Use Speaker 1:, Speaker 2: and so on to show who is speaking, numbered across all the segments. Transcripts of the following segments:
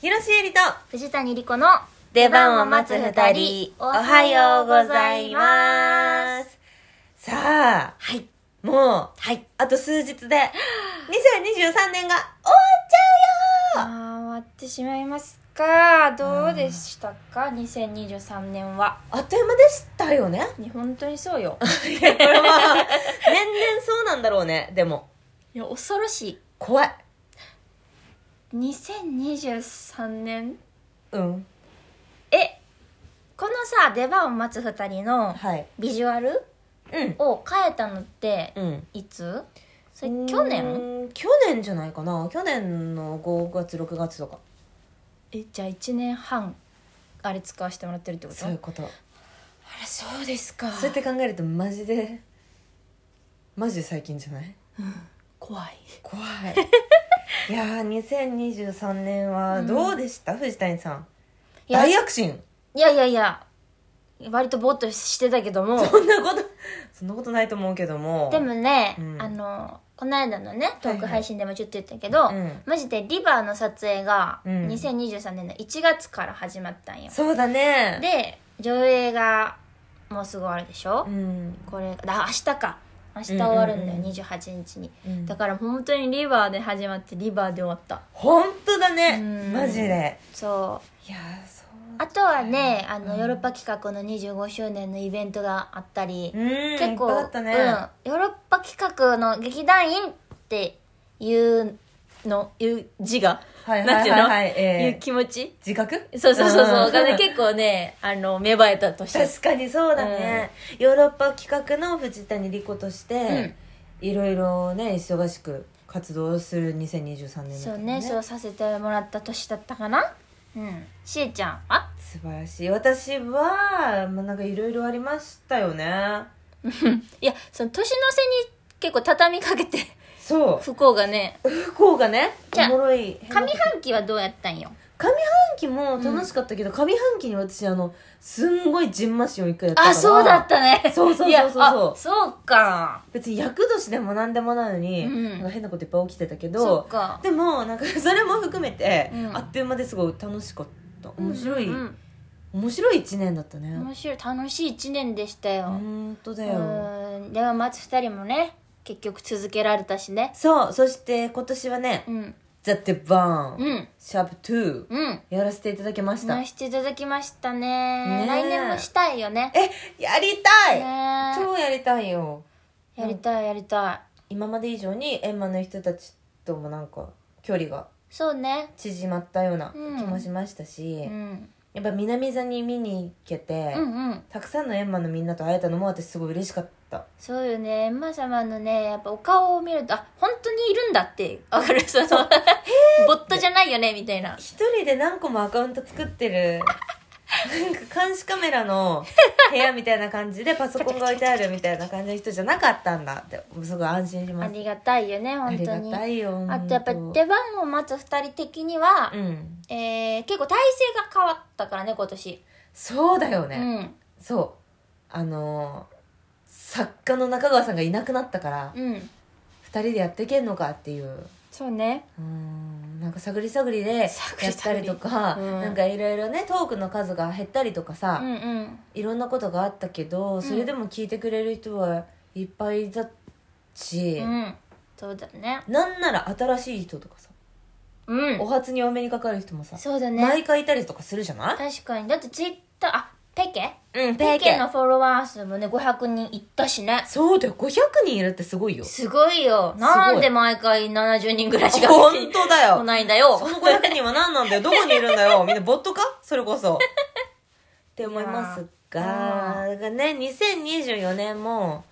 Speaker 1: 広瀬えりと
Speaker 2: 藤谷莉子の
Speaker 1: 出番を待つ二人おはようございますさあ
Speaker 2: はい
Speaker 1: もう
Speaker 2: はい
Speaker 1: あと数日で2023年が終わっ
Speaker 2: あー終わってしまいますかどうでしたか2023年は
Speaker 1: あっという間でしたよ ね
Speaker 2: ね本当にそうよ
Speaker 1: いやこれは年々そうなんだろうねでも
Speaker 2: いや恐ろし
Speaker 1: 怖い
Speaker 2: い2023年
Speaker 1: うん
Speaker 2: えこのさ出番を待つ二人の
Speaker 1: はい
Speaker 2: ビジュアル
Speaker 1: うん
Speaker 2: を変えたのって
Speaker 1: うん
Speaker 2: いつそれ去
Speaker 1: う
Speaker 2: 年
Speaker 1: ーん去年じゃないかな去年の5月6月とか
Speaker 2: えじゃあ1年半あれ使わせてもらってるってこと
Speaker 1: そういうこと
Speaker 2: あらそうですか
Speaker 1: そうやって考えるとマジでマジで最近じゃない
Speaker 2: 怖い
Speaker 1: 怖いいやー2023年はどうでした、藤谷さん
Speaker 2: いや
Speaker 1: 大
Speaker 2: い
Speaker 1: 躍進
Speaker 2: やいやいや割とぼーっとしてたけども
Speaker 1: そんなことそんなことないと思うけども
Speaker 2: でもね、
Speaker 1: うん
Speaker 2: あのこの間のねトー
Speaker 1: はい
Speaker 2: ク
Speaker 1: はい
Speaker 2: 配信でもちょっと言ったけど、
Speaker 1: うん
Speaker 2: マジでリバーの撮影が
Speaker 1: うん
Speaker 2: 2023年の1月から始まったんよ、
Speaker 1: そうだね
Speaker 2: で上映がもうすぐ終わるでしょ、
Speaker 1: うん、
Speaker 2: これだ明日か明日終わるんだよ、
Speaker 1: うんうんうん
Speaker 2: 28日に
Speaker 1: うん
Speaker 2: だから本当にリバーで始まってリバーで終わった
Speaker 1: 本当だね
Speaker 2: うん
Speaker 1: マジでいや
Speaker 2: そう
Speaker 1: ーそう
Speaker 2: あとはねあ
Speaker 1: う
Speaker 2: の
Speaker 1: ん
Speaker 2: ヨーロッパ企画の25周年のイベントがあったり、
Speaker 1: うん
Speaker 2: 結構
Speaker 1: いっぱいあったね、
Speaker 2: うん、ヨーロッパ企画の劇団員っていうのいう字が、
Speaker 1: はい
Speaker 2: なん
Speaker 1: は
Speaker 2: て
Speaker 1: い
Speaker 2: いう
Speaker 1: は
Speaker 2: の、
Speaker 1: いはい、
Speaker 2: い
Speaker 1: え
Speaker 2: う
Speaker 1: ー
Speaker 2: 気持ち
Speaker 1: 自覚
Speaker 2: そうそうそうそう、
Speaker 1: ん
Speaker 2: がね結構ねあの芽生えた年
Speaker 1: 確かにそうだね、ヨーロッパ企画の藤谷莉子として、いろいろね忙しく活動する2023年だった
Speaker 2: そ
Speaker 1: も
Speaker 2: うんねそうさせてもらった年だったかなうんしえちゃん は
Speaker 1: 素晴らしい私は、まあ、なんかいろいろありましたよね
Speaker 2: いやその年の瀬に結構畳みかけて
Speaker 1: そ
Speaker 2: 不幸がね
Speaker 1: う不幸がね
Speaker 2: じゃ
Speaker 1: お
Speaker 2: あ
Speaker 1: もろい
Speaker 2: 上半期はどうやったんよ
Speaker 1: 上半期も楽しかったけど、上半期に私あのすんごいじんましを一回やったから
Speaker 2: あそうだったね
Speaker 1: そうそうそうそうそう
Speaker 2: いやあそうか
Speaker 1: 別に役年でも何でもないのに、
Speaker 2: うん
Speaker 1: なんか変なこといっぱい起きてたけ
Speaker 2: そ
Speaker 1: ど
Speaker 2: うか
Speaker 1: でもなんか それも含めて、
Speaker 2: うん
Speaker 1: あっという間ですごい楽しかった面白い、
Speaker 2: うんうん
Speaker 1: 面白い一年だったね
Speaker 2: 面白い楽しい1年でしたよ、
Speaker 1: 本当だ
Speaker 2: う
Speaker 1: よ、
Speaker 2: ーんでも待つ2人もね結局続けられたしね
Speaker 1: そうそして今年はね
Speaker 2: うん
Speaker 1: 「ザ・デバーン」
Speaker 2: うん
Speaker 1: シャープ2」
Speaker 2: うん
Speaker 1: やらせていただきました、
Speaker 2: 話していただきましたね
Speaker 1: ねえ
Speaker 2: 来年もしたいよね
Speaker 1: えやりたい、
Speaker 2: ねえ
Speaker 1: 超やりたいよ
Speaker 2: やりたいやりたい
Speaker 1: 今まで以上にエンマの人たちともなんか距離が
Speaker 2: そうね
Speaker 1: 縮まったような気
Speaker 2: うん
Speaker 1: もしましたし、
Speaker 2: うん
Speaker 1: やっぱ南座に見に行けて、
Speaker 2: うんうん
Speaker 1: たくさんのエンマのみんなと会えたのも私すごい嬉しかった
Speaker 2: そうよねエンマ様のねやっぱお顔を見るとあ本当にいるんだってわかるそ のボットじゃないよねみたいな
Speaker 1: 一人で何個もアカウント作ってるなんか監視カメラ の部屋みたいな感じでパソコンが置いてあるみたいな感じの人じゃなかったんだってすごい安心し
Speaker 2: あ
Speaker 1: ます
Speaker 2: りがたいよね
Speaker 1: あ
Speaker 2: 本
Speaker 1: り
Speaker 2: 当
Speaker 1: が
Speaker 2: に
Speaker 1: たいよ
Speaker 2: あとやっぱ
Speaker 1: 本当
Speaker 2: 出番を待つ2人的には、
Speaker 1: うん
Speaker 2: えー結構体勢が変わったからね今年、
Speaker 1: そうだよね、
Speaker 2: うん
Speaker 1: そうあのー作家の中川さんがいなくなったから、
Speaker 2: うん
Speaker 1: 二人でやっていけんのかっていう
Speaker 2: そうね
Speaker 1: うーんなんか探り探りでやっ
Speaker 2: 探り
Speaker 1: た
Speaker 2: 探
Speaker 1: り
Speaker 2: り
Speaker 1: とか
Speaker 2: うん
Speaker 1: なんかいろいろねトークの数が減ったりとか
Speaker 2: う
Speaker 1: さ、
Speaker 2: んうん
Speaker 1: いろんなことがあったけどそれでも聞いてくれる人はいっぱいだし、
Speaker 2: うんそうだね
Speaker 1: なんなら新しい人とかさ、
Speaker 2: うん
Speaker 1: お初にお目にかかる人もさ、
Speaker 2: そうだね
Speaker 1: 毎回いたりとかするじゃない
Speaker 2: 確かにだってツイッターあペケ
Speaker 1: うん
Speaker 2: ペケのフォロワー数もね500人いったしね
Speaker 1: そうだよ500人いるってすごいよ
Speaker 2: すごいよなんで毎回70人ぐらいしか
Speaker 1: 本当だよ
Speaker 2: 来ないんだよ
Speaker 1: その500人は何なんだよどこにいるんだ よみんなボットかそれこそ。って思いますがだからね2024年も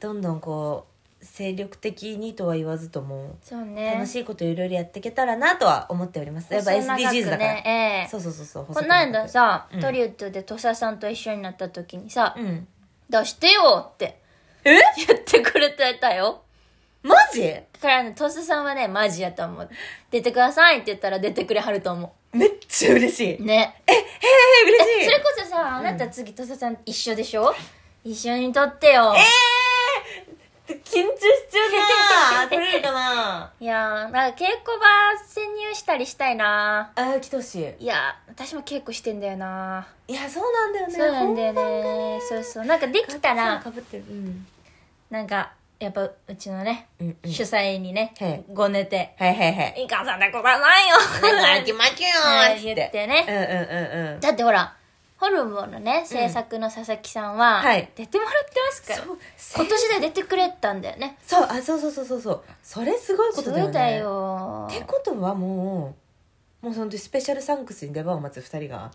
Speaker 1: どんどんこう精力的にとは言わずとも
Speaker 2: そうね
Speaker 1: 楽しいこといろいろやっていけたらなとは思っておりますやっぱ
Speaker 2: 細長く
Speaker 1: SDGs だから、
Speaker 2: ねええ
Speaker 1: そうそうそうそう
Speaker 2: こないださ、
Speaker 1: うん
Speaker 2: トリウッドで土佐さんと一緒になった時にさ、
Speaker 1: うん
Speaker 2: 出してよって
Speaker 1: え
Speaker 2: 言ってくれてたよ
Speaker 1: マジ
Speaker 2: だからね、トスさんはね、マジやと思う。出てくださいって言ったら出てくれはると思
Speaker 1: めっちゃ嬉しい、
Speaker 2: う。ね。
Speaker 1: えー、嬉しい
Speaker 2: それこそさ、あなた次トスさん一緒でしょ一緒に撮ってよ。
Speaker 1: え緊張しち ゃうな取れるかない
Speaker 2: やーなんか稽古場潜入したりしたいな
Speaker 1: あー来てほしい
Speaker 2: いやー私も稽古してんだよない
Speaker 1: やそうなんだよね
Speaker 2: そうなんだよねそうそうなんかできたら
Speaker 1: かぶってるうん
Speaker 2: なんかやっぱうちのね、
Speaker 1: うんうん
Speaker 2: 主催にね、
Speaker 1: はい
Speaker 2: ごねて
Speaker 1: はいはいは
Speaker 2: 「
Speaker 1: い
Speaker 2: いかんさんでございないよ」
Speaker 1: だからきまきよ
Speaker 2: は
Speaker 1: ー
Speaker 2: い
Speaker 1: つ
Speaker 2: 言
Speaker 1: っ
Speaker 2: って
Speaker 1: て
Speaker 2: ね、
Speaker 1: うんうんうんうん
Speaker 2: だってほらホルモンのね制作の佐々木さんは、
Speaker 1: はい
Speaker 2: 出てもらってますから
Speaker 1: そう
Speaker 2: 今年で出てくれたんだよね
Speaker 1: そうあそうそうそうそうそうそれすごいこ
Speaker 2: す
Speaker 1: と
Speaker 2: ご
Speaker 1: だよ
Speaker 2: い
Speaker 1: ね
Speaker 2: だよ
Speaker 1: ってことはもうもう本当にスペシャルサンクスに出番を待つ2人 が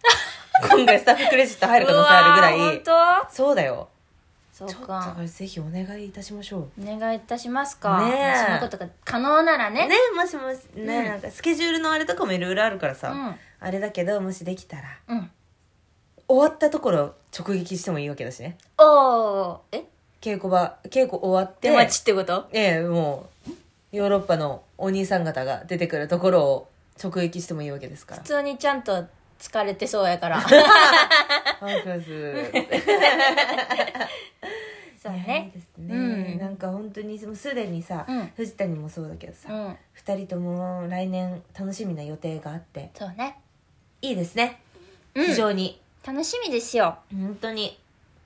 Speaker 1: 今回スタッフクレジット入る可能性あるぐらいう
Speaker 2: わー本
Speaker 1: そうだよ
Speaker 2: 当
Speaker 1: ちょ
Speaker 2: そ
Speaker 1: っ
Speaker 2: う
Speaker 1: と
Speaker 2: か
Speaker 1: ぜひお願いいたしましょ
Speaker 2: お願いいたしますか、
Speaker 1: ねえ
Speaker 2: そのことが可能なら
Speaker 1: うね
Speaker 2: ね
Speaker 1: もしもしね、
Speaker 2: うん
Speaker 1: なんかスケジュールのあれとかもいろいろあるからさ、あれだけどもしできたら
Speaker 2: うん、うん、
Speaker 1: 終わったところ直撃してもいいわけだしね
Speaker 2: おーえ
Speaker 1: 稽古場稽古終わって
Speaker 2: 出待ちってこと
Speaker 1: ええもうヨーロッパのお兄さん方が出てくるところを直撃してもいいわけですから
Speaker 2: 普通にちゃんと疲れてそうやか ら
Speaker 1: ファンクラス
Speaker 2: そう
Speaker 1: いやいい
Speaker 2: ね
Speaker 1: ですね、
Speaker 2: うん
Speaker 1: なんか本当にもうすでにさ、
Speaker 2: うん
Speaker 1: 藤谷もそうだけど
Speaker 2: う
Speaker 1: さ、
Speaker 2: ん
Speaker 1: 二人とも来年楽しみな予定があって
Speaker 2: そうね
Speaker 1: いいですね、
Speaker 2: うん
Speaker 1: 非常に
Speaker 2: 楽しみですよ
Speaker 1: 本当に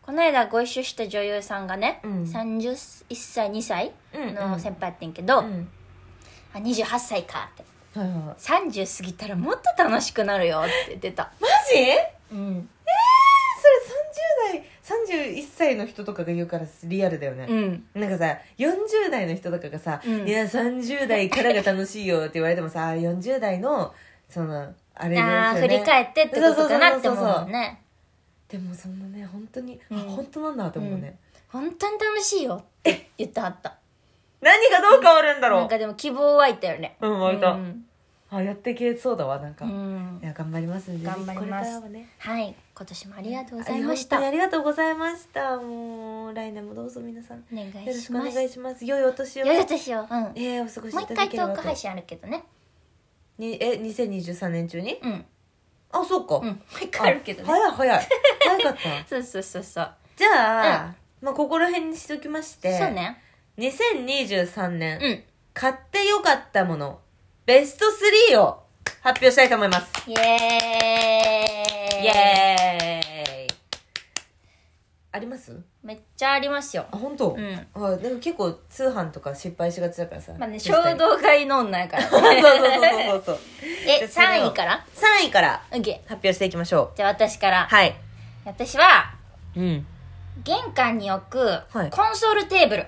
Speaker 2: この間ご一緒した女優さんがね、
Speaker 1: うん
Speaker 2: 31歳2歳
Speaker 1: うん
Speaker 2: の先輩やってんけど、
Speaker 1: うん
Speaker 2: あ28歳かって
Speaker 1: はいはいマ
Speaker 2: 30過ぎたらもっと楽しくなるよって言ってた
Speaker 1: ジえ
Speaker 2: うん、
Speaker 1: それ30代31歳の人とかが言うからリアルだよね、
Speaker 2: うん、
Speaker 1: なんかさ40代の人とかがさ「
Speaker 2: うん
Speaker 1: いや30代からが楽しいよ」って言われてもさあー40代のそのあれですよね
Speaker 2: ああ振り返ってってことかなって思う
Speaker 1: そうそうそうそ
Speaker 2: もん
Speaker 1: う
Speaker 2: ね
Speaker 1: でもそんなね本当に、
Speaker 2: うん
Speaker 1: あ本当なんだと思うね、
Speaker 2: 本当に楽しいよって言ってはった
Speaker 1: 何がどう変わるんだろ
Speaker 2: な
Speaker 1: うん
Speaker 2: かでも希望湧いたよね
Speaker 1: うん湧いた
Speaker 2: うん
Speaker 1: あやっていけそうだわなんか、
Speaker 2: う
Speaker 1: い
Speaker 2: ん
Speaker 1: や頑張りますんで
Speaker 2: 頑張ります
Speaker 1: ぜひこれからはね
Speaker 2: はい今年もありがとうございました
Speaker 1: あ本当
Speaker 2: お
Speaker 1: にありがとうございましたもう来年もどうぞ皆さんよ
Speaker 2: 願
Speaker 1: ろ
Speaker 2: い
Speaker 1: し
Speaker 2: し
Speaker 1: くお
Speaker 2: ます
Speaker 1: 願いします良いお年を
Speaker 2: よいしよう、うん、もう
Speaker 1: えー、お過ごしい
Speaker 2: 一
Speaker 1: ただ
Speaker 2: 回
Speaker 1: けれ
Speaker 2: ト
Speaker 1: ば
Speaker 2: ーク
Speaker 1: と
Speaker 2: 配信あるけどね
Speaker 1: にえ2023年中に、
Speaker 2: うんうん
Speaker 1: あそうか、
Speaker 2: もう一回あるけど
Speaker 1: あ
Speaker 2: ね
Speaker 1: 早い早い早 かった
Speaker 2: そうそうそうそう
Speaker 1: じゃあ、まあここら辺にしときまして
Speaker 2: そうね
Speaker 1: 2023年、
Speaker 2: うん
Speaker 1: 買ってよかったものベスト3を発表したいと思います
Speaker 2: イエーイ
Speaker 1: イエーイあります
Speaker 2: めっちゃありますよ
Speaker 1: あ本当、
Speaker 2: うん
Speaker 1: あでも結構通販とか失敗しがちだからさ
Speaker 2: まあね
Speaker 1: 実際
Speaker 2: 衝動買いの女やから
Speaker 1: そうそうそうそうそう
Speaker 2: え3位から
Speaker 1: 3位から
Speaker 2: オッケ
Speaker 1: 発表していきましょ
Speaker 2: ーじゃあ私か
Speaker 1: う
Speaker 2: ら
Speaker 1: はい
Speaker 2: 私は
Speaker 1: うん
Speaker 2: 玄関に置くコ
Speaker 1: はい
Speaker 2: ンソールテーブル、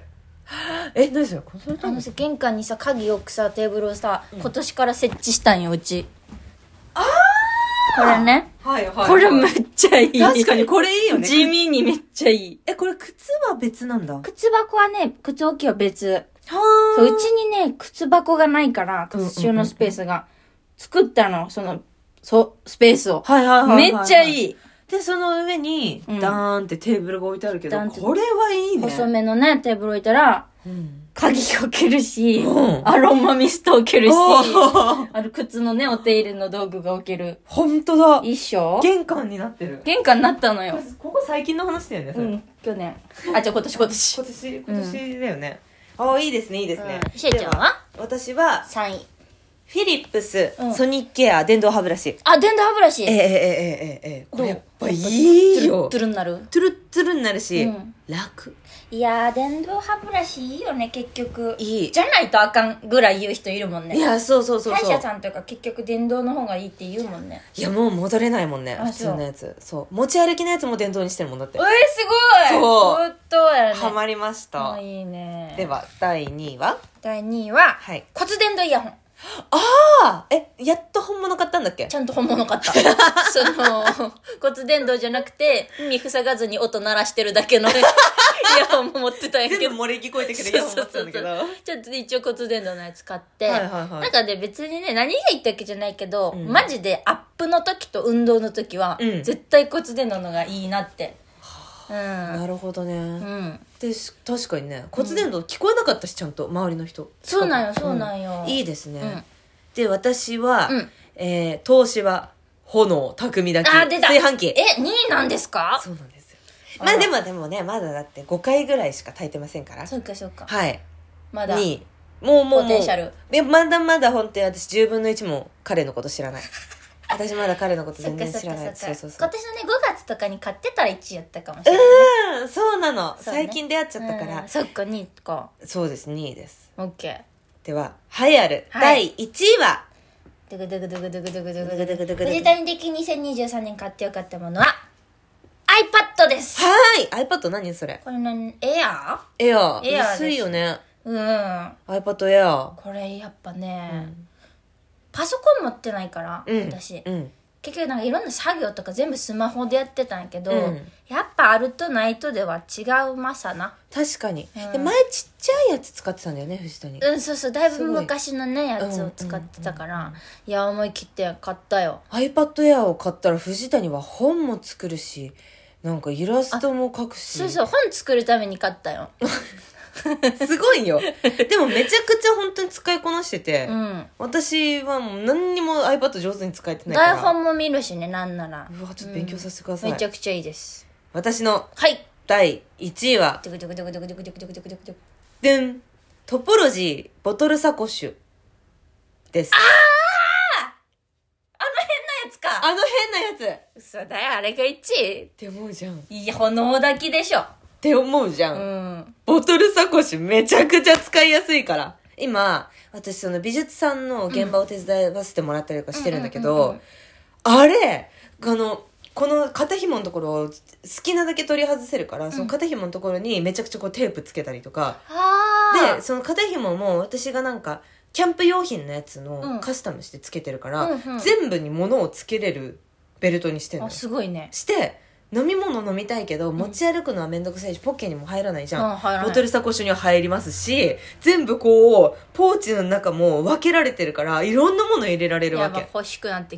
Speaker 1: え何それコンソール
Speaker 2: あのさ玄関にさ鍵置くさテーブルをさ、今年から設置したんようちああこれね
Speaker 1: はいはい
Speaker 2: これめっちゃいい
Speaker 1: 確かにこれいいよね
Speaker 2: 地味にめっちゃいい
Speaker 1: えこれ靴は別なんだは
Speaker 2: 靴箱はね靴置きは別
Speaker 1: あ
Speaker 2: そううちにね靴箱がないから靴収納スペースが作ったのそのそうスペースを
Speaker 1: はいはいはいは
Speaker 2: め
Speaker 1: い
Speaker 2: っちゃ
Speaker 1: い
Speaker 2: いい
Speaker 1: でその上に
Speaker 2: うん
Speaker 1: ダーンってテーブルが置いてあるけど、
Speaker 2: ダーンって
Speaker 1: これはいいね
Speaker 2: 細めのねテーブル置いたら
Speaker 1: うん
Speaker 2: 鍵置け るし
Speaker 1: うん
Speaker 2: アロマミスト置けるし
Speaker 1: おー
Speaker 2: あの靴のねお手入れの道具が置ける
Speaker 1: 本当だ
Speaker 2: 衣装
Speaker 1: 玄関になってる
Speaker 2: 玄関になったのよ
Speaker 1: ここ最近の話だよねそうれ、
Speaker 2: ん去年あじゃあ今年今年
Speaker 1: 今年今年だよね、ああいいですねいいですね、
Speaker 2: うんしえちゃんは
Speaker 1: で私は
Speaker 2: 3位
Speaker 1: フィリップス、
Speaker 2: うん
Speaker 1: ソニックケア電動歯ブラシ
Speaker 2: あ電動歯ブラシ
Speaker 1: ええええええええこれやっぱいい
Speaker 2: トゥルッ
Speaker 1: よ
Speaker 2: トゥルになる
Speaker 1: トゥルッツルになるし、
Speaker 2: うん
Speaker 1: 楽
Speaker 2: いやー電動歯ブラシいいよね結局
Speaker 1: いい
Speaker 2: じゃないとあかんぐらい言う人いるもんね
Speaker 1: いやそうそうそう
Speaker 2: 歯医
Speaker 1: そう
Speaker 2: 者さんとか結局電動の方がいいって言うもんね
Speaker 1: いやもう戻れないもんね
Speaker 2: あ
Speaker 1: 普通のやつそう持ち歩きのやつも電動にしてるもんだっ
Speaker 2: え
Speaker 1: て
Speaker 2: ー、すごい
Speaker 1: そう
Speaker 2: 相当やね
Speaker 1: ハマりました、
Speaker 2: もういいね
Speaker 1: では第2位は
Speaker 2: 第2位は、
Speaker 1: はい
Speaker 2: 骨伝導イヤホン
Speaker 1: ああえやっと本物買ったんだっけ
Speaker 2: ちゃんと本物買った その骨伝導じゃなくて耳塞がずに音鳴らしてるだ けのイヤホンも持ってたんやけど
Speaker 1: 漏れ聞こえて
Speaker 2: そうそうそうそうちょっと一応骨伝導のやつ買って、
Speaker 1: はいはいはい
Speaker 2: なんかね別にね何がいいってわけじゃないけど、
Speaker 1: うん
Speaker 2: マジでアップの時と運動の時は、
Speaker 1: うん
Speaker 2: 絶対骨伝導のがいいなってう
Speaker 1: なんるほどね、
Speaker 2: うん
Speaker 1: でし確かにね骨伝導聞こえなかったしちゃんと周りの人
Speaker 2: そうなんよそうなんよ
Speaker 1: いいですね、
Speaker 2: うん
Speaker 1: で私は、
Speaker 2: うん
Speaker 1: えー、投資は炎匠だけ
Speaker 2: あー出た
Speaker 1: 炊飯器
Speaker 2: え2位なんですか
Speaker 1: そうなんですよまあでもでもねまだだって5回ぐらいしか炊いてませんから
Speaker 2: そうかそうか
Speaker 1: はい
Speaker 2: まだ
Speaker 1: にもうもうもう
Speaker 2: ポテンシャル
Speaker 1: いやまだまだ本当に私10分の1も彼のこと知 らない私まだ彼のこと
Speaker 2: そっ
Speaker 1: 全
Speaker 2: か
Speaker 1: 然
Speaker 2: そっ
Speaker 1: 知ら
Speaker 2: か
Speaker 1: ない
Speaker 2: そっか
Speaker 1: そうそうそ
Speaker 2: 今
Speaker 1: う
Speaker 2: 年のね5月とかに買ってたら1位やったかもしれないね
Speaker 1: うんそうなの
Speaker 2: そうね
Speaker 1: 最近出会っちゃったから、
Speaker 2: うんそっか2か
Speaker 1: そうです2位です
Speaker 2: オッケー
Speaker 1: では栄えある
Speaker 2: は
Speaker 1: 第
Speaker 2: い
Speaker 1: 1位は、
Speaker 2: ドゥグドゥグドゥグドゥグドゥグド
Speaker 1: ド
Speaker 2: ゥグ
Speaker 1: ゥグドゥグドゥグドゥグ
Speaker 2: 藤谷的2023年買ってよかったものは iPad です
Speaker 1: はーい iPad 何それ
Speaker 2: これ何エア
Speaker 1: エア
Speaker 2: エアです
Speaker 1: 安いよね
Speaker 2: ーうん
Speaker 1: iPad エア
Speaker 2: これやっぱ
Speaker 1: う
Speaker 2: ね、
Speaker 1: ん
Speaker 2: パソコン持ってないから、
Speaker 1: うん
Speaker 2: 私
Speaker 1: うん
Speaker 2: 結局なんかいろんな作業とか全部スマホでやってたんやけど、
Speaker 1: うん
Speaker 2: やっぱあるとないとでは違うまさな
Speaker 1: 確かに、
Speaker 2: うん
Speaker 1: で前ちっちゃいやつ使ってたんだよね藤谷、
Speaker 2: うんそうそうだい
Speaker 1: す
Speaker 2: ぶ
Speaker 1: ごい
Speaker 2: 昔のねやつを使ってたから、いや思い切って買ったよ
Speaker 1: iPad Air を買ったら藤谷は本も作るしなんかイラストも描くし
Speaker 2: そうそう本作るために買ったよ
Speaker 1: すごいよでもめちゃくちゃ本当に使いこなしてて、
Speaker 2: うん
Speaker 1: 私はもう何にも iPad 上手に使えてないから
Speaker 2: 台本も見るしねなんなら
Speaker 1: うわちょっと勉強させてください、
Speaker 2: めちゃくちゃいいです
Speaker 1: 私の
Speaker 2: はい
Speaker 1: 第1位は
Speaker 2: ドゥクドゥクドゥクドゥクドゥクドゥクドゥクドゥクドゥク
Speaker 1: でんトポロジーボトルサコッシュです
Speaker 2: あの変なやつか
Speaker 1: あの変なや
Speaker 2: 嘘だよあれが1位
Speaker 1: つって思うじゃんっ
Speaker 2: いや炎抱きでしょ
Speaker 1: て思うじゃ、
Speaker 2: うんん
Speaker 1: ボトルサコッシュめちゃくちゃ使いやすいから今私その美術さんの現場を手伝わせてもらったりとかしてるんだけ
Speaker 2: うんうんうんう
Speaker 1: ど
Speaker 2: ん
Speaker 1: あれあのこの肩紐のところを好きなだけ取り外せるから、その肩紐のところにめちゃくちゃこうテープつけたりとか
Speaker 2: ああ
Speaker 1: でその肩紐も私がなんかキャンプ用品のやつのカスタムしてつけてるから、
Speaker 2: うんうん
Speaker 1: 全部に物をつけれるベルトにしてるの
Speaker 2: あ
Speaker 1: よ
Speaker 2: すごいね
Speaker 1: して飲み物飲みたいけど持ち歩くのは面倒くさいしポッケにも入らないじゃん、
Speaker 2: うん入らない
Speaker 1: ボトルサコッシュには入りますし全部こうポーチの中も分けられてるからいろんなもの入れられ
Speaker 2: い
Speaker 1: る
Speaker 2: や
Speaker 1: わ
Speaker 2: ば
Speaker 1: け
Speaker 2: 欲しくなってき